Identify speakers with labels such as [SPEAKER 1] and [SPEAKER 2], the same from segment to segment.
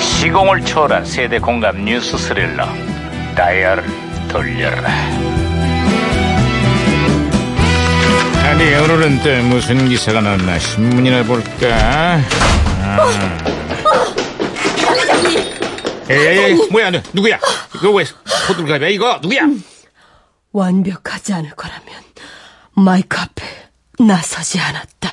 [SPEAKER 1] 시공을 초월한 세대 공감 뉴스 스릴러 다이얼을 돌려라 아니 오늘은 또 무슨 기사가 났나 신문이나 볼까 아. 에이 뭐야 너 누구야 이거 왜 호들갑이야 이거 누구야
[SPEAKER 2] 완벽하지 않을 거라면 마이크 앞에 나서지 않았다.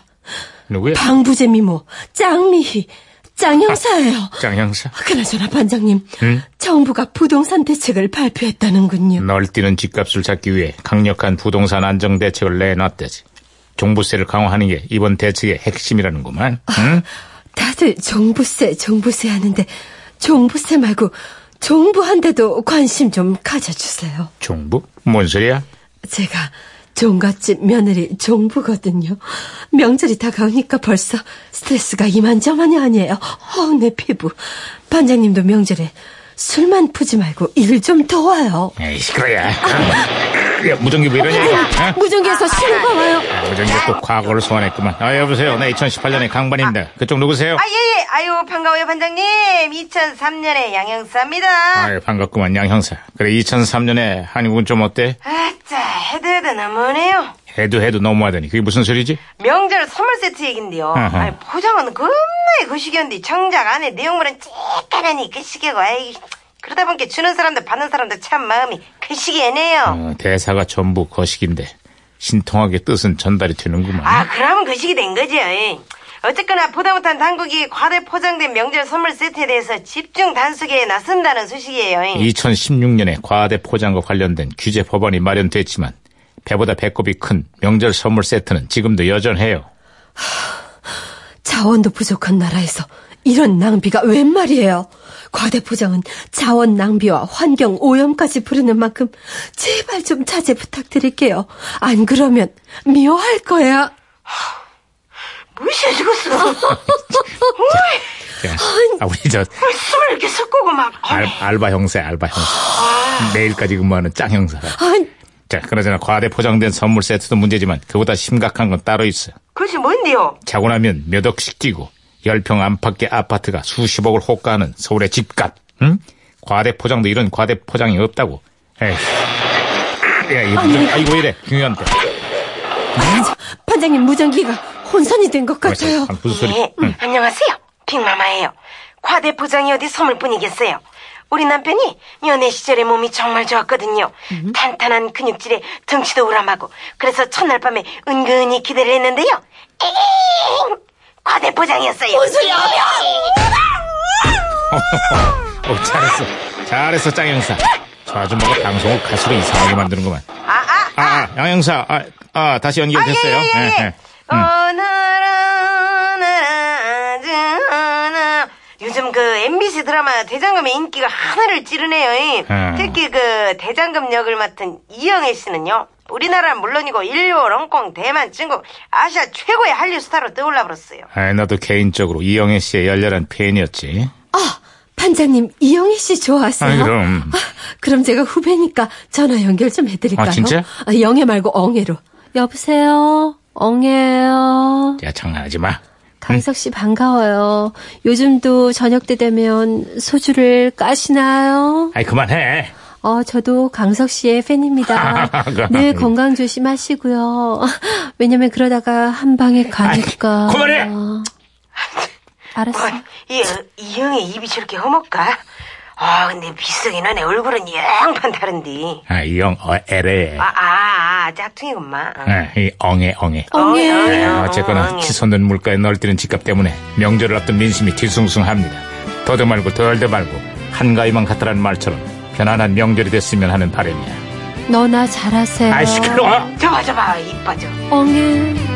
[SPEAKER 1] 누구야
[SPEAKER 2] 방부제 미모 짱미희 짱형사예요.
[SPEAKER 1] 장 형사
[SPEAKER 2] 그나저나 반장님,
[SPEAKER 1] 응?
[SPEAKER 2] 정부가 부동산 대책을 발표했다는군요.
[SPEAKER 1] 널뛰는 집값을 잡기 위해 강력한 부동산 안정 대책을 내놨대지. 종부세를 강화하는 게 이번 대책의 핵심이라는구만. 응?
[SPEAKER 2] 다들 종부세, 종부세 하는데 종부세 말고 종부한데도 관심 좀 가져주세요.
[SPEAKER 1] 종부? 뭔 소리야?
[SPEAKER 2] 제가 종갓집 며느리 종부거든요. 명절이 다가오니까 벌써 스트레스가 이만저만이 아니에요. 어우, 내 피부. 반장님도 명절에 술만 푸지 말고 일 좀 도와요.
[SPEAKER 1] 에이, 시끄러야. 야, 무전기 왜 이러냐, 이거. 어?
[SPEAKER 2] 무전기에서 신호가 와요.
[SPEAKER 1] 아, 무전기 또 과거를 소환했구만. 아, 여보세요. 나 2018년의 강반입니다. 그쪽 누구세요?
[SPEAKER 3] 아, 예, 예. 아유, 반가워요, 반장님. 2003년에 양형사입니다.
[SPEAKER 1] 아, 반갑구만, 양 형사. 그래, 2003년에 한국은 좀 어때?
[SPEAKER 3] 아짜, 해도 해도 너무하네요.
[SPEAKER 1] 해도 해도 너무하더니 그게 무슨 소리지?
[SPEAKER 3] 명절 선물 세트 얘긴데요.
[SPEAKER 1] 아하.
[SPEAKER 3] 아니, 포장은 겁나게 거시기한데 정작 안에 내용물은 쬐까라니 거시기고, 아이. 그러다 보니까 주는 사람들, 받는 사람들 참 마음이 거시기하네요.
[SPEAKER 1] 어, 대사가 전부 거식인데 신통하게 뜻은 전달이 되는구만.
[SPEAKER 3] 아, 그러면 거시기 된 거죠. 예. 어쨌거나 보다 못한 당국이 과대 포장된 명절 선물 세트에 대해서 집중 단속에 나선다는 소식이에요. 예.
[SPEAKER 1] 2016년에 과대 포장과 관련된 규제 법안이 마련됐지만 배보다 배꼽이 큰 명절 선물 세트는 지금도 여전해요.
[SPEAKER 2] 자원도 부족한 나라에서 이런 낭비가 웬 말이에요. 과대포장은 자원 낭비와 환경 오염까지 부르는 만큼 제발 좀 자제 부탁드릴게요. 안 그러면 미워할 거야.
[SPEAKER 3] 무시해 죽었어. 어이.
[SPEAKER 1] 야, 아, 우리 저
[SPEAKER 3] 숨을 이렇게 섞고 막
[SPEAKER 1] 알, 알바 형사, 알바 형사. 내일까지 근무하는 짱 형사.
[SPEAKER 2] 아니,
[SPEAKER 1] 자, 그러잖아. 과대 포장된 선물 세트도 문제지만 그보다 심각한 건 따로 있어.
[SPEAKER 3] 그것이 뭔데요?
[SPEAKER 1] 자고 나면 몇 억씩 뛰고 열 평 안팎의 아파트가 수십억을 호가하는 서울의 집값. 응? 과대 포장도 이런 과대 포장이 없다고. 에이. 야, 이거 좀, 아이고 이래. 중요한데.
[SPEAKER 2] 반장님 무전기가 혼선이 된 것 같아요.
[SPEAKER 1] 아, 무슨 소리?
[SPEAKER 3] 네, 안녕하세요. 빅마마예요. 과대 포장이 어디 소물뿐이겠어요. 우리 남편이 연애 시절에 몸이 정말 좋았거든요. 탄탄한 근육질에 등치도 우람하고 그래서 첫날 밤에 은근히 기대를 했는데요. 에잉! 과대 포장이었어요. 무슨 소리야?
[SPEAKER 1] 어, 잘했어. 잘했어, 짱 형사. 저 아줌마가 방송을 가수로 이상하게 만드는구만.
[SPEAKER 3] 아, 아,
[SPEAKER 1] 아, 아, 양 형사. 아, 아, 다시
[SPEAKER 3] 아, 예, 예,
[SPEAKER 1] 연결됐어요.
[SPEAKER 3] 예,
[SPEAKER 1] 예,
[SPEAKER 3] 예.
[SPEAKER 1] 예.
[SPEAKER 3] 오늘은 아주 하나. 요즘 그 MBC 드라마 대장금의 인기가 하늘을 찌르네요. 이.
[SPEAKER 1] 음.
[SPEAKER 3] 특히 그 대장금 역을 맡은 이영애 씨는요. 우리나라는 물론이고 일본, 홍콩, 대만, 중국, 아시아 최고의 한류 스타로 떠올라 버렸어요.
[SPEAKER 1] 아, 나도 개인적으로 이영애 씨의 열렬한 팬이었지.
[SPEAKER 2] 아, 반장님 이영희 씨 좋아하세요?
[SPEAKER 1] 아니, 그럼.
[SPEAKER 2] 아, 그럼 제가 후배니까 전화 연결 좀 해드릴까요?
[SPEAKER 1] 아, 진짜?
[SPEAKER 2] 아, 영애 말고 엉애로. 여보세요. 엉애요.
[SPEAKER 1] 야, 장난하지 마.
[SPEAKER 2] 강석 씨 반가워요. 요즘도 저녁 때 되면 소주를 까시나요?
[SPEAKER 1] 아이, 그만해.
[SPEAKER 2] 어, 저도 강석 씨의 팬입니다. 늘 건강 조심하시고요. 왜냐면 그러다가 한 방에 가니까.
[SPEAKER 1] 아이, 그만해!
[SPEAKER 2] 알았어.
[SPEAKER 3] 어, 이 이영애 입이 저렇게 험할까? 아 근데 비슷하긴 하네. 얼굴은 양반 다른데.
[SPEAKER 1] 아, 이영, 어, 에레.
[SPEAKER 3] 아, 아, 아 짝퉁이구만. 어.
[SPEAKER 1] 아, 이 엉애, 엉애.
[SPEAKER 2] 엉애.
[SPEAKER 1] 예, 어쨌거나 치솟는 물가에 널뛰는 집값 때문에 명절을 앞둔 민심이 뒤숭숭합니다. 더도 말고 덜도 말고 한가위만 같다라는 말처럼 편안한 명절이 됐으면 하는 바람이야.
[SPEAKER 2] 너나 잘하세요. 어, 예.
[SPEAKER 1] 아이 시끄러워.
[SPEAKER 3] 저봐 저봐 이뻐져.
[SPEAKER 2] 엉애.